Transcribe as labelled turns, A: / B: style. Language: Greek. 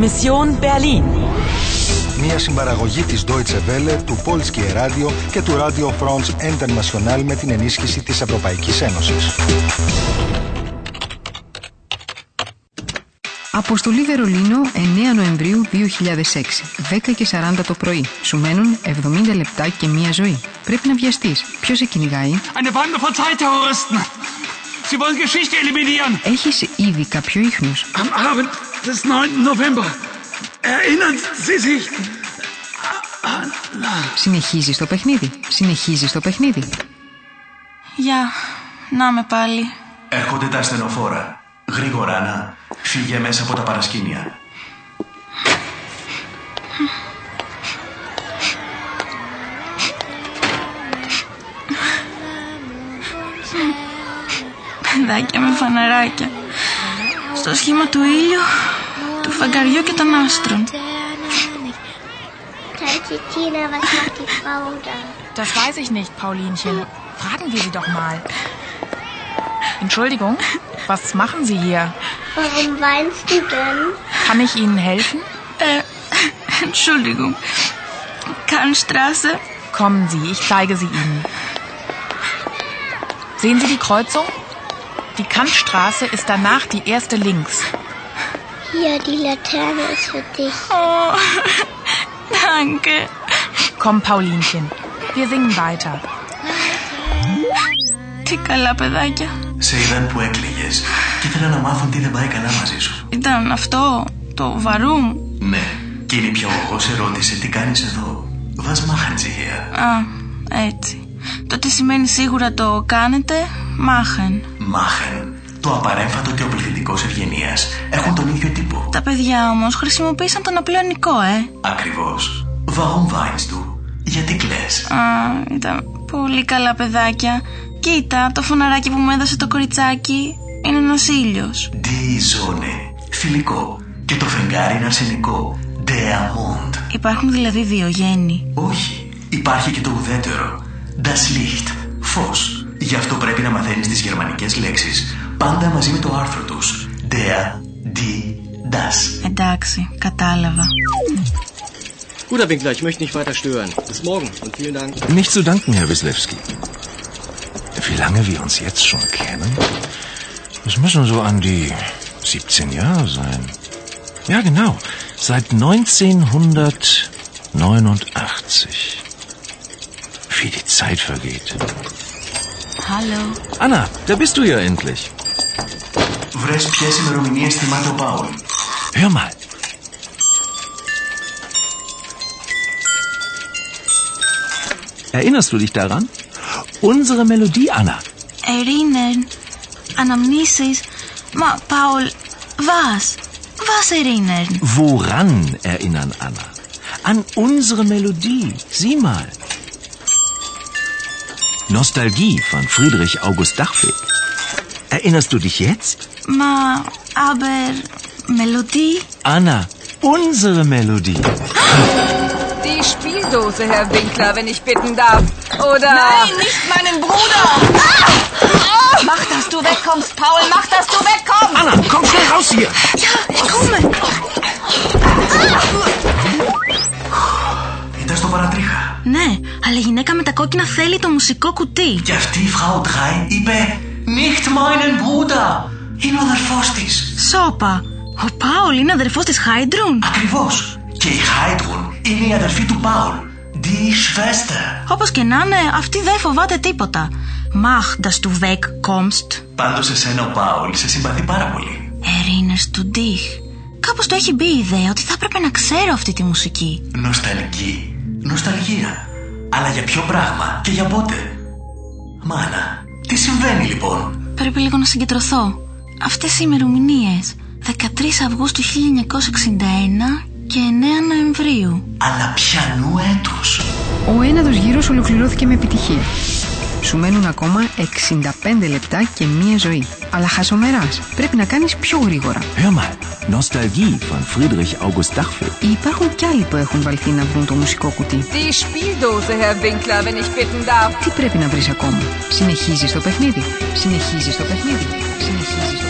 A: Mission Berlin.
B: Μια συμπαραγωγή της Deutsche Welle, του Polskie Radio και του Radio France International με την ενίσχυση της Ευρωπαϊκής Ένωσης.
C: Αποστολή Βερολίνο 9 Νοεμβρίου 2006, 10 και 40 το πρωί. Σου μένουν 70 λεπτά και μία ζωή. Πρέπει να βιαστείς. Ποιος σε κυνηγάει,
D: Eine Bande von Zeitterroristen. Sie wollen Geschichte eliminieren.
C: έχεις ήδη κάποιο ίχνος.
D: Am Abend des 9. November. Erinnern Sie sich
C: Συνεχίζεις το παιχνίδι. Συνεχίζεις το παιχνίδι.
E: Γεια, να με πάλι.
F: Έρχονται τα ασθενοφόρα. Γρήγορα, Άννα. Φύγε μέσα από τα παρασκήνια.
E: Παιδάκια με φαναράκια. Στο σχήμα του ήλιου, του φαγκαριού και των άστρων.
G: Tante Tina, was macht die Frau da?
H: Das weiß ich nicht, Paulinchen. Fragen wir sie doch mal. Entschuldigung, was machen Sie hier?
G: Warum weinst du denn?
H: Kann ich Ihnen helfen?
E: Ε, Entschuldigung. Kannstraße.
H: Kommen Sie, ich zeige sie Ihnen. Sehen Sie die Kreuzung? Die Kantstraße ist danach die erste links.
G: Hier, die Laterne ist für dich.
E: Oh, danke.
H: Komm, Paulinchen, wir singen weiter.
E: Τι καλά παιδάκια.
F: Σε είδαν που έκλαιγες και ήθελαν να μάθουν τι δεν πάει καλά μαζί σου.
E: Ήταν αυτό το βαρούμ.
F: Ναι, κύριε Πιαγωγό, σε ρώτησε τι κάνεις εδώ. Was machen Sie hier?
E: Α, έτσι. Το τι σημαίνει σίγουρα το κάνετε, μάχεν.
F: Machen. Το απαρέμφατο και ο πληθυντικό ευγενίας έχουν τον ίδιο τύπο.
E: Τα παιδιά όμως χρησιμοποίησαν τον απλό νικό, ε.
F: Ακριβώς. Warum weinst du? Γιατί κλε.
E: Α, ήταν πολύ καλά παιδάκια. Κοίτα, το φωναράκι που μου έδωσε το κοριτσάκι είναι ένας ήλιος.
F: Die Sonne. Φιλικό. Και το φεγγάρι είναι αρσενικό. Der Mond.
E: Υπάρχουν δηλαδή δύο γέννη.
F: Όχι. Υπάρχει και το ουδέτερο. Das Licht. Φως. Γι' αυτό πρέπει να μαθαίνεις τις γερμανικές λέξεις. Πάντα μαζί με το άρθρο τους. Der, die, das.
E: Εντάξει, κατάλαβα.
I: Guter Winkler, ich möchte nicht weiter stören. Bis morgen und vielen Dank.
J: Nicht zu danken, Herr Wislewski. Wie lange wir uns jetzt schon kennen? Es müssen so an die 17 Jahre sein. Ja, genau. Seit 1989. Wie die Zeit vergeht.
E: Hello.
J: Anna, da bist du ja endlich.
F: Βρες ποιες ημερομηνίες θυμάται ο Πάουλ.
J: Hör mal. Erinnerst du dich daran? Unsere Melodie, Anna.
E: Ερίνεν, αναμνήσεις. Μα, Πάολ, βάς. Βάς Ερίνεν.
J: Woran erinnern, Anna? An unsere Melodie. Sieh mal. Nostalgie von Friedrich August Dachweg. Erinnerst du dich jetzt?
E: Μα, aber, μελωδί.
J: Anna, unsere Melodie.
K: Die Spieldose, Herr Winkler, wenn ich bitten darf. Oder.
H: Nein, nicht meinen Bruder! Ah!
K: Mach, dass du wegkommst, Paul, mach, dass du wegkommst!
J: Anna, komm schnell raus hier.
F: Ήταν στο παρατρίχα.
E: Ναι, αλλά η γυναίκα με τα κόκκινα θέλει το μουσικό κουτί.
F: Και αυτή η Frau Drei είπε Nicht meinen Bruder. Είναι ο αδερφός της.
E: Σόπα. Ο Πάολ είναι αδερφός της Χάιντρουν.
F: Ακριβώς. Και η Heidrun είναι η αδερφή του Πάουλ. Die Schwester.
E: Όπως και να είναι, αυτή δεν φοβάται τίποτα. Mach, dass du wegkommst,
F: Πάντως εσένα ο Πάουλ σε συμπαθεί πάρα πολύ.
E: Ερίνες του Ντίχ. Κάπως το έχει μπει η ιδέα ότι θα έπρεπε να ξέρω αυτή τη μουσική.
F: Νοσταλική. Νοσταλγία. Αλλά για ποιο πράγμα και για πότε. Μάνα, τι συμβαίνει λοιπόν.
E: Πρέπει λίγο να συγκεντρωθώ. Αυτές οι ημερομηνίες. 13 Αυγούστου 1961 και 9 Νοεμβρίου.
F: Αλλά πιανού έτους.
C: Ο ένατος γύρος ολοκληρώθηκε με επιτυχία. Σου μένουν ακόμα 65 λεπτά και μία ζωή. Αλλά χασομεράς. Πρέπει να κάνεις πιο γρήγορα.
J: Hör mal. Nostalgie von Friedrich August Dachweg.
C: Υπάρχουν κι άλλοι που έχουν βαλθεί να βρουν το μουσικό κουτί.
K: Die Spieldose, Herr Winkler, wenn ich bitten darf.
C: Τι πρέπει να βρεις ακόμα. Συνεχίζεις το παιχνίδι. Συνεχίζεις το παιχνίδι. Συνεχίζεις το παιχνίδι.